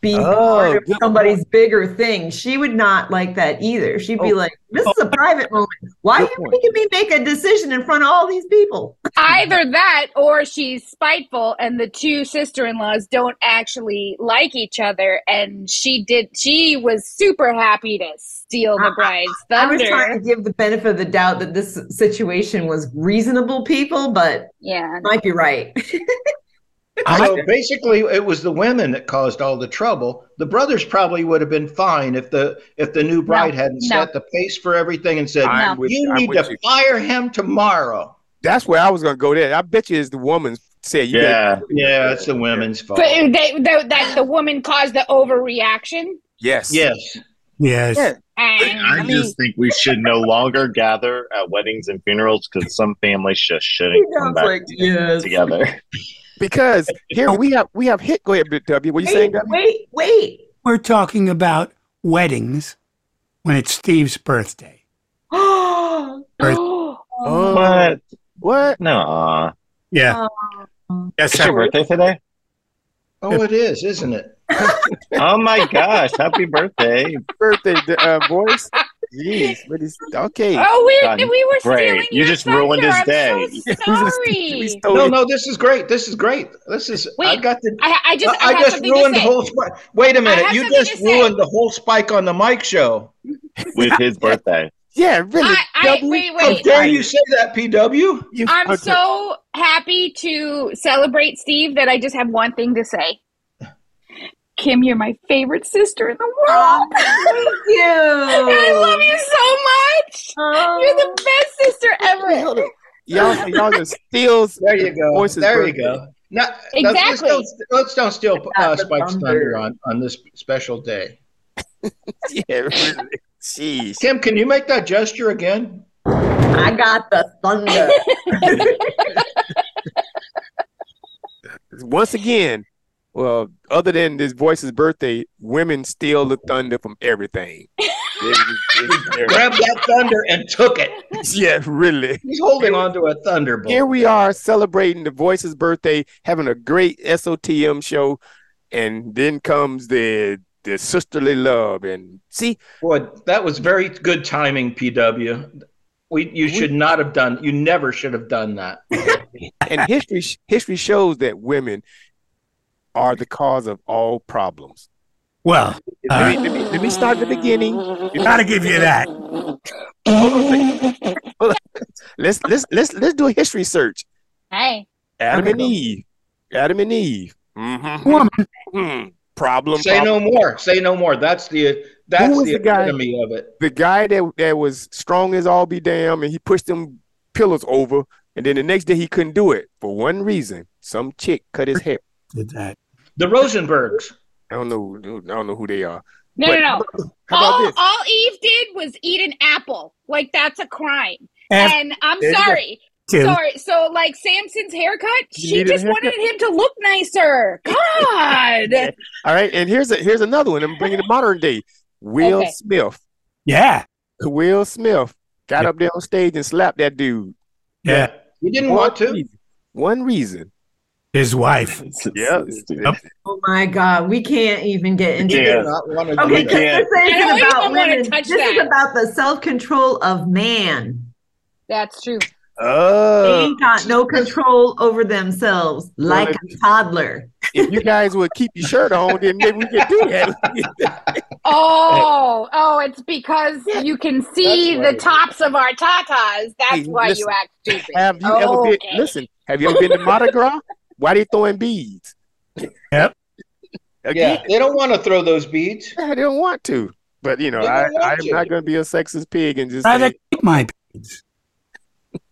be Oh, part of good somebody's bigger thing. She would not like that either. She'd be Oh. like, "This is a private moment. Why are Good you point. making me make a decision in front of all these people?" Either that, or she's spiteful, and the two sister-in-laws don't actually like each other. And she did. She was super happy to steal the bride's I thunder. was trying to give the benefit of the doubt that this situation was reasonable people, but yeah, might be right. So basically, it was the women that caused all the trouble. The brothers probably would have been fine if the if the new bride hadn't no. set the pace for everything and said, I'm No. with- "You I'm need with to you. fire him tomorrow." That's where I was gonna go. There, I bet you is the woman said, you better- Yeah. Yeah, it's the women's Oh. fault. But they, they, that the woman caused the overreaction. yes, yes. Yes, Yeah. And I just think we should no longer gather at weddings and funerals because some families just shouldn't come back yes. together. because here we have we have hit. Go ahead, W. What you saying? Wait, W? wait, wait. we're talking about weddings when it's Steve's birthday. Oh, Oh, But what? no, Yeah, Oh. it's your birthday today. Oh, it is, isn't it? Oh my gosh! Happy birthday! Birthday uh, voice? Jeez, what is okay? oh, we God, we were great. stealing You your just thunder. ruined his I'm day. So We sorry. stole No, Oh, it. no, this is great. This is great. This is. I Wait, got the. I, I just I, I, have just something ruined to the say. whole. Sp- Wait a minute! have You something just to say. ruined the whole Spike on the Mike show. With his birthday, Yeah, really. I, I, W? wait, How wait. dare you say that, PW? You- I'm okay. so happy to celebrate Steve that I just have one thing to say. Kim, you're my favorite sister in the world. thank you. I love you so much. You're the best sister Oh. Hold ever. on. Y'all, y'all just steals. There you go. Voice's There you birthday. go. No, no, let's, Exactly. don't, let's don't steal uh, Got the Spike's thunder. thunder on, on this special day. Yeah, really. Jeez. Tim, can you make that gesture again? I got the thunder. Once again, Well, other than this voice's birthday, women steal the thunder from everything. Grabbed that thunder and took it. yeah, really. He's holding on to a thunderbolt. Here we are celebrating the voice's birthday, having a great SOTM show, and then comes the the sisterly love. And see, Boy, that was very good timing, PW. We, you should not have done. You never should have done that. and history history shows that women are the cause of all problems. Well, Let me, let me, let me start at the beginning. gotta give you that. Let's let's let's let's do a history search. Hey. Adam and Eve. Adam and Eve. Mm-hmm. Woman. Problem. Say problem. no more. Say no more. That's the that's was the, the guy? epitome of it. The guy that that was strong as all be damned, and he pushed them pillows over, and then the next day he couldn't do it for one reason. Some chick cut his hair. Did that. The Rosenbergs. I don't know. I don't know who they are. No, But- no, no. How about all, this? all Eve did was eat an apple. Like that's a crime. F And I'm There you go. sorry. two. Sorry. So like Samson's haircut, You she needed a just wanted him to look nicer. God. All right, and here's a here's another one. I'm bringing the modern day. Will Okay. Smith. Yeah. Will Smith got Yeah. up there on stage and slapped that dude. Yeah. You didn't want to. reason. One reason. His wife. Yeah. Yep. Oh my God, we can't even get into You this. Yeah. did not want to do Okay, We that. because can't. this isn't I don't about even wanna women. touch This is that. about the self control of man. That's true. Uh, They Oh. ain't got no control over themselves like a toddler. if you guys would keep your shirt on, then maybe we could do that. Oh, oh, it's because you can see That's the right. tops of our tatas. That's Hey, why listen. you act stupid. have you ever been? Okay. Listen, have you ever been to Mardi Gras? Why they throwing beads? Yep. Again, Yeah, they don't want to throw those beads. I don't want to. But you know, They don't I, want I'm to. not going to be a sexist pig and just. Rather Say, keep my beads.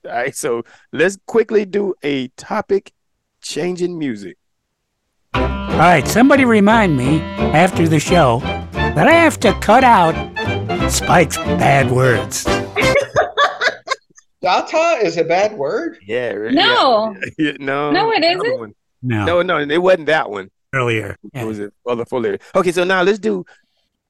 all right, so let's quickly do a topic changing music. All right. Somebody remind me after the show that I have to cut out Spike's bad words. Data is a bad word. Yeah. right, No. yeah, yeah, no. No, it the other isn't. one. No. No, no, it wasn't that one. Earlier. It Yeah. was it other full area. Okay, so now let's do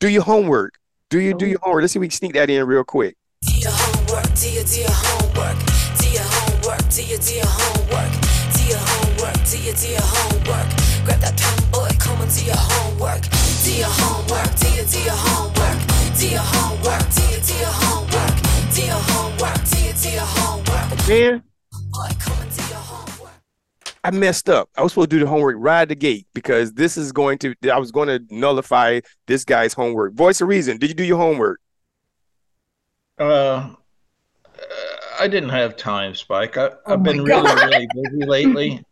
do your homework. Do you Oh. do your homework? Let's see if we can sneak that in real quick. Do your homework, do your, do your homework. Do your homework, do your, do your homework. Do your homework, do your, do your homework. Grab that pen, boy, come and do your homework. Do your homework, do your, do your homework. Do your homework, do your, do your homework. Do your homework, do your, do your homework. Man, Boy, come and do your homework. I messed up. I was supposed to do the homework right at the gate because this is going to I was going to nullify this guy's homework. Voice of reason. Did you do your homework? Uh, uh, I didn't have time, Spike. I, I've been really, really busy lately.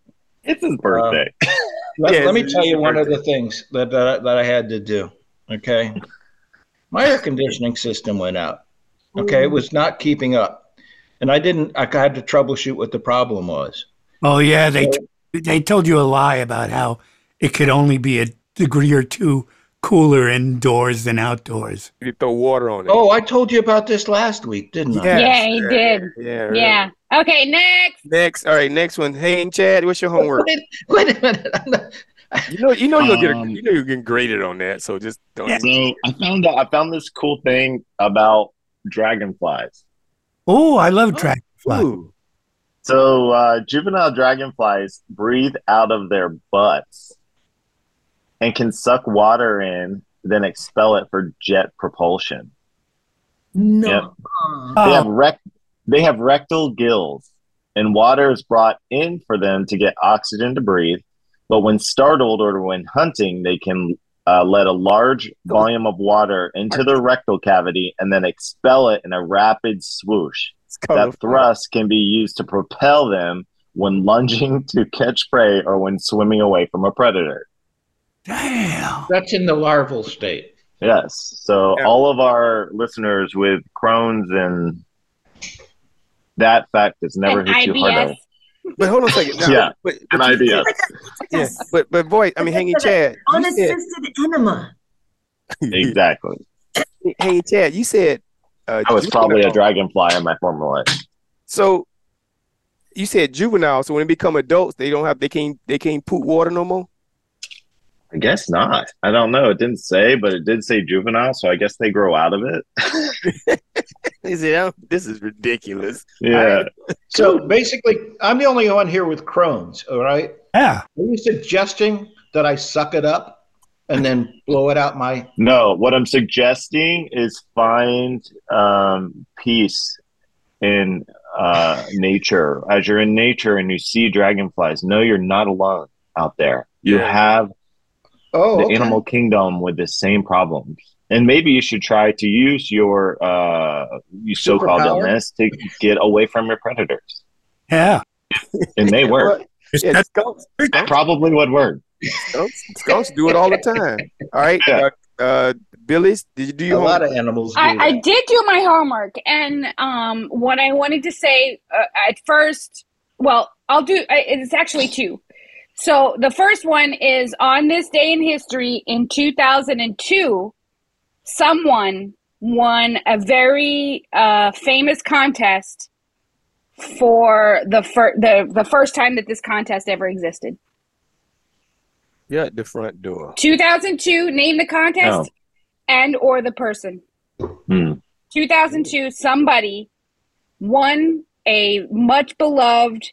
It's his birthday. Let, Yeah, let me it's- tell it's you a one of birthday. the things that, that I- that I had to do. Okay, my air conditioning system went out. Okay, it was not keeping up, and I didn't. I had to troubleshoot what the problem was. Oh yeah. They t- they told you a lie about how it could only be a degree or two cooler indoors than outdoors. You throw water on it. Oh, I told you about this last week, didn't I? Yes, Yeah, he did. Yeah. really. Yeah. Okay, next. Next, all right, next one. Hey and Chad, what's your homework? Wait, wait a minute. I'm not- You know, you know you'll get a, Um, you know you're getting graded on that, so just don't So I found out I found this cool thing about dragonflies. Oh, I love dragonfly. Ooh. So uh, juvenile dragonflies breathe out of their butts and can suck water in, then expel it for jet propulsion. No. They have Oh, rec- they have rectal gills, and water is brought in for them to get oxygen to breathe. But when startled or when hunting, they can uh, let a large volume of water into their rectal cavity and then expel it in a rapid swoosh. It's That colorful. thrust can be used to propel them when lunging to catch prey or when swimming away from a predator. damn. That's in the larval state. Yes. So Yeah. all of our listeners with Crohn's and that fact has never And hit you hard. IBS. But hold on a second. Now, Yeah. But, An but you IBS. Yeah, Yes. but but boy, I mean, hanging Chad, you said, Unassisted enema. Exactly. hanging Chad, you said uh, I was probably a juvenile. dragonfly in my former life. So you said juvenile. So when they become adults, they don't have they can't they can't poop water no more. I guess not. I don't know. It didn't say, but it did say juvenile, so I guess they grow out of it. He said, "Oh, this is ridiculous. yeah. So basically, I'm the only one here with Crohn's. All right. Yeah. Are you suggesting that I suck it up and then blow it out my? No, what I'm suggesting is find um, peace in uh, nature. As you're in nature and you see dragonflies, know you're not alone out there. You Yeah. have Oh, the okay. animal kingdom with the same problems. And maybe you should try to use your uh, you so-called Superpower? illness to get away from your predators. Yeah. It may work. Yeah, skunks, It probably would work. skunks, skunks do it all the time. All right, Yeah. uh, uh, Billy, did you do A your lot homework? of animals. Do I, I that. did do my homework, and um, what I wanted to say uh, at first, well, I'll do. I- It's actually two. So the first one is on this day in history in 2002, someone won a very uh, famous contest for the, fir- the the first time that this contest ever existed. Yeah, at the front door. 2002, name the Oh. contest and or the person. Oh, Hmm. 2002, somebody won a much beloved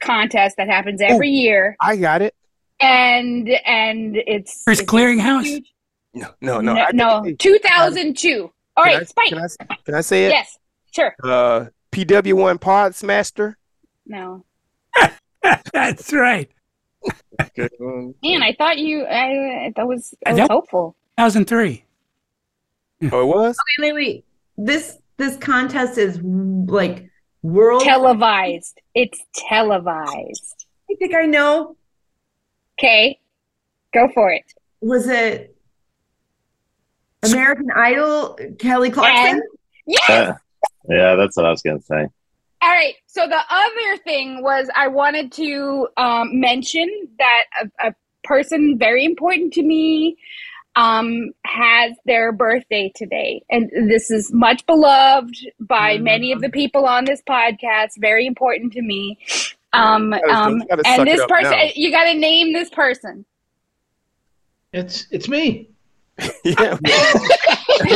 contest that happens every Oh. year, I got it. and and it's First it's clearinghouse. huge. No, no, No, no. I- no, Hey, 2002. All can right, I- Spike. Can I, can I say it? yes, sure. Uh, PW1 Podsmaster. No, That's right. Mm. man, I thought you. I that was I I was don't- hopeful. 2003. Oh, it was? Wait, wait, wait. This this contest is like world. Televised. It's televised. I think I know. Okay, go for it. Was it American Idol? Kelly Clarkson. Yes. Yeah. yeah, that's what I was gonna say. All right. So the other thing was I wanted to um, mention that a, a person very important to me um, has their birthday today, and this is much beloved by Mm-hmm. many of the people on this podcast. Very important to me. Um, gotta- um, you gotta suck and it this up person, eh, now. you got to name this person. It's it's me. Yeah.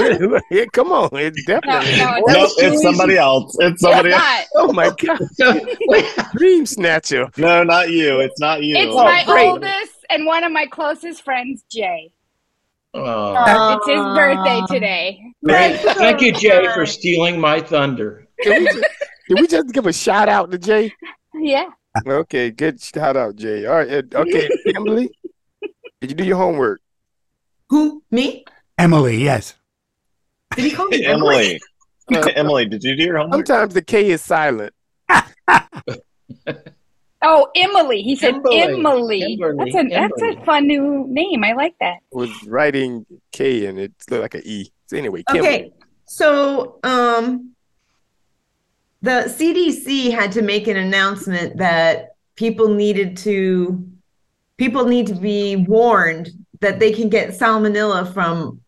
yeah. Come on. It No, definitely. no, No, no. it's somebody else. It's somebody It's else. not. Oh my God. Dream Snatcher. No, not you. It's not you. It's Oh, my great. oldest and one of my closest friends, Jay. Oh. Um, Uh, it's his birthday today. Man, Right. thank you, Jay, for stealing my thunder. Did we, just, did we just give a shout out to Jay? Yeah. Okay, good shout out, Jay. All right, uh, okay, Emily, did you do your homework? Who? Me? Emily, yes. Did he call me Emily? Emily. Emily, did you do your homework? Sometimes the K is silent. Oh, Emily. He said Kimberly. Emily. Kimberly. That's a that's a Kimberly. fun new name. I like that. Was writing K and it looked like an E. So anyway, Kimberly. Okay. So, um, the CDC had to make an announcement that people needed to people need to be warned that they can get salmonella from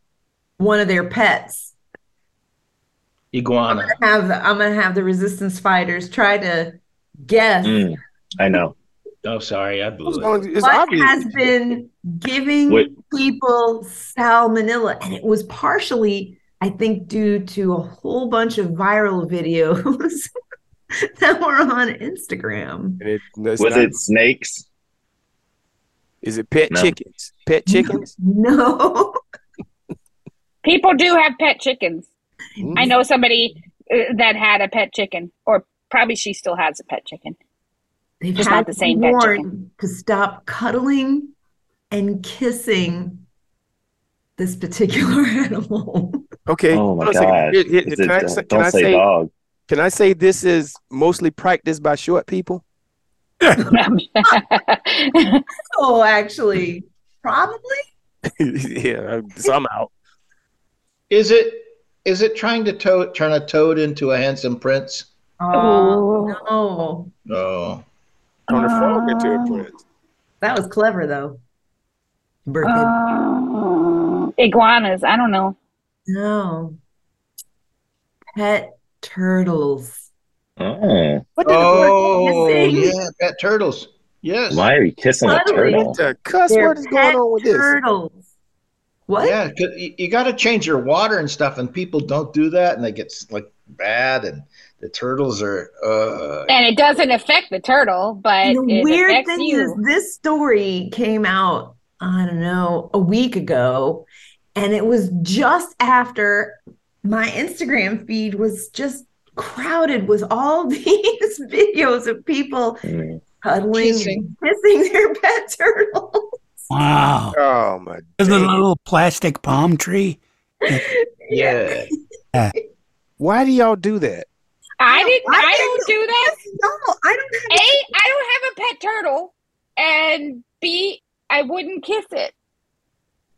one of their pets. Iguana. Have I'm gonna have the resistance fighters try to guess Mm, I know. Oh, sorry, I What's blew it. going on? It's what obvious. has been giving Wait. people salmonella and it was partially i think due to a whole bunch of viral videos that were on instagram And it- no, it's Was not- it snakes? Is it pet No. chickens? Pet chickens? no People do have pet chickens. I Mm. know somebody uh, that had a pet chicken, or probably she still has a pet chicken. they've Just had not the to same be pet warned to stop cuddling and kissing this particular animal Okay. Oh my hold on a second. god. Here- here- Is Can it- uh, I don't say- can I say, say dog. can I say this is mostly practiced by short people? oh actually probably yeah, so I'm out. Is it is it trying to toad, turn a toad into a handsome prince? oh Ooh. no Oh, On the frog into a prince. that was clever though Burping. Oh. Uh, iguanas. I don't know. No. Pet turtles. Oh. What did the oh missing? yeah, pet turtles. Yes. Why are you kissing a Finally. turtle? The cuss, They're what is going pet on with this? Turtles. What? Yeah, 'cause you, got to change your water and stuff, and people don't do that, and they get like bad, and the turtles are. Uh, And it doesn't affect the turtle, but the it weird affects thing you. is this story came out i don't know a week ago and it was just after my instagram feed was just crowded with all these videos of people Mm. cuddling Kissing. and kissing their pet turtle Wow. Oh my! Isn't it a dang. little plastic palm tree? yeah. Why do y'all do that? I didn't. I I, don't do that. no i don't A, I don't have a pet turtle, and B, I wouldn't kiss it.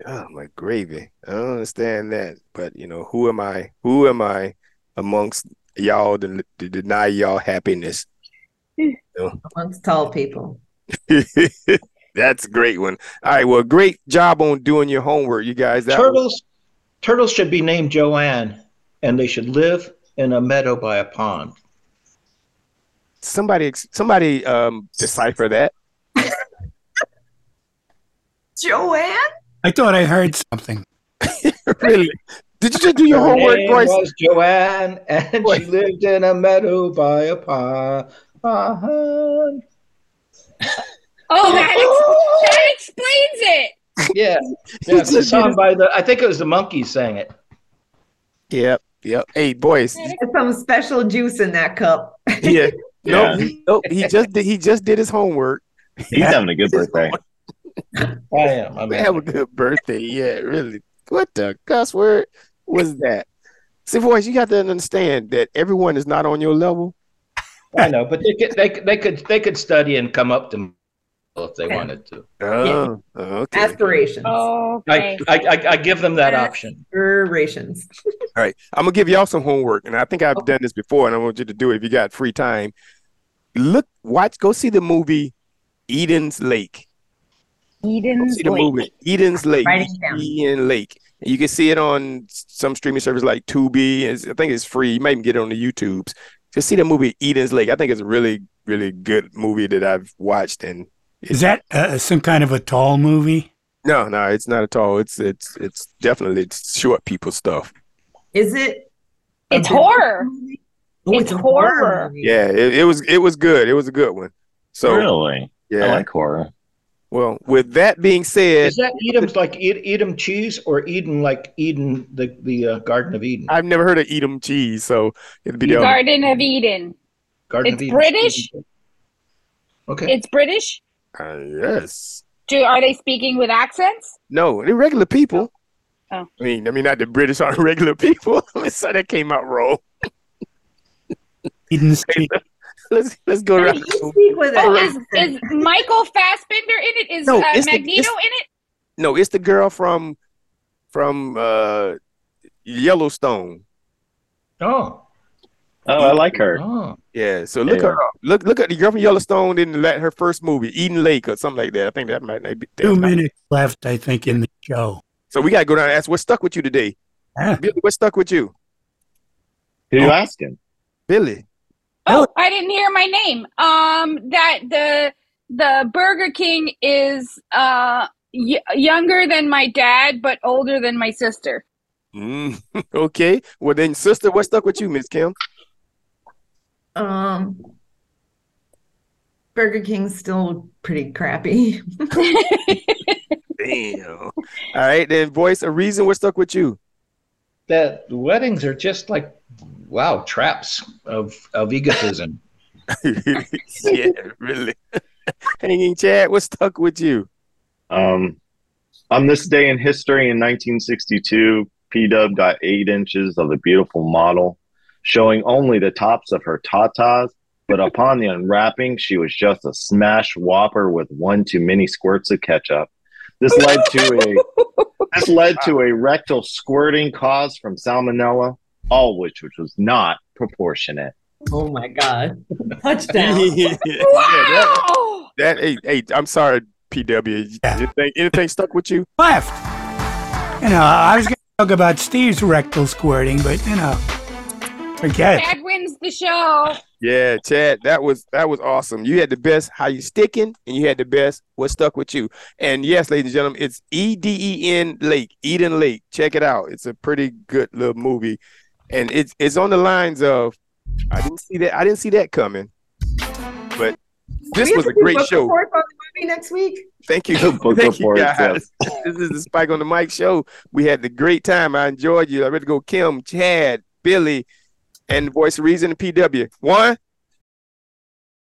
Oh my gravy! I don't understand that. But you know, who am I? Who am I amongst y'all to, to deny y'all happiness? amongst tall people That's a great one. All right. Well, great job on doing your homework, you guys. That was- Turtles, turtles should be named Joanne, and they should live in a meadow by a pond. somebody, ex- somebody, um, decipher that. joanne I thought I heard something. Really? Did you just do your Her homework, name Bryce? was Joanne, and she lived in a meadow by a pond. pond. Oh, that, ex- that explains it. Yeah, yeah. it's a song by the. I think it was the monkeys sang it. Yep. Yep. Hey, boys. there's some special juice in that cup Yeah. Yeah. Nope. he- Nope. He just did. He just did his homework. He's having a good birthday. I am. I'm Have a good birthday. Yeah. Really. What the cuss word was that? See, boys, you got to understand that everyone is not on your level. I know, but they could, they could, they could, they could study and come up to me if they wanted to. Oh, okay. aspirations Oh. I, Okay. I, I, I give them that option. aspirations All right. I'm gonna give y'all some homework, and I think I've done this before, and I want you to do it if you got free time. Look, watch, go see the movie Eden's Lake. Go Eden's see the movie Eden's Lake. Writing it down. Eden Lake. You can see it on some streaming service like Tubi. It's, I think it's free. You might even get it on the YouTubes. Just see the movie Eden's Lake. I think it's a really, really good movie that I've watched. And Is that uh, some kind of a tall movie? no, no, it's not at all. It's it's it's definitely short people stuff. is it a It's business horror. movie? Oh, It's a horror horror. movie. Yeah, it, it was it was good. It was a good one. So really? yeah. I like horror. Well, with that being said, Is that Edom's like Ed, Edom cheese or Eden like Eden the the uh, Garden of Eden? I've never heard of Edam cheese, so it'd be the other- Garden of Eden. Garden it's British? Okay. It's British. Uh, yes. Do are they speaking with accents? No, they're regular people. Oh. I mean, I mean, not the British aren't regular people. so that came out wrong. Eden's Lake. Let's let's go But around. you speak with Oh, an is, accent. is Michael Fassbender in it? Is No, uh, it's the- Magneto in it's- it? No, it's the girl from from uh, Yellowstone. Oh, Oh, I like her. oh, Yeah, so look Yeah. her up. Look look at the girl from Yellowstone in that her first movie, Eden Lake or something like that. I think that might not be Two minutes left, I think, in the show. So we gotta go down and ask what's stuck with you today. Yeah. Billy, what's stuck with you? Who you asking? Billy. Oh, I didn't hear my name. Um, that the the Burger King is uh y- younger than my dad, but older than my sister. Mm, okay. Well then sister, what's stuck with you, Miss Kim? Um, Burger King's still pretty crappy. Damn. All right, then voice a reason we're stuck with you. that weddings are just like wow traps of of egotism. yeah, really. Hanging Chad, what's stuck with you? Um, on this day in history in 1962, P Dub got eight inches of the beautiful model, showing only the tops of her tatas. But upon the unwrapping, she was just a smash whopper with one too many squirts of ketchup. This led to a this led to a rectal squirting cause from salmonella, all which which was not proportionate. Oh my god! Touchdown! yeah, that, Wow! that- hey, hey, I'm sorry, PW. Yeah. You think anything stuck with you? Left. You know, I was going to talk about Steve's rectal squirting, but, you know, forget. it. Dad wins the show. Yeah, Chad, that was that was awesome. You had the best how you sticking, and you had the best what stuck with you. And yes, ladies and gentlemen, it's E D E N Lake, Eden Lake. Check it out. It's a pretty good little movie, and it's it's on the lines of I didn't see that I didn't see that coming, but this We was have a to do great book show. report on the movie next week. Thank you. Book Thank you report, guys. this is the Spike on the Mic show. We had the great time. I enjoyed you. I ready to go Kim, Chad, Billy, and the voice of reason and PW. One,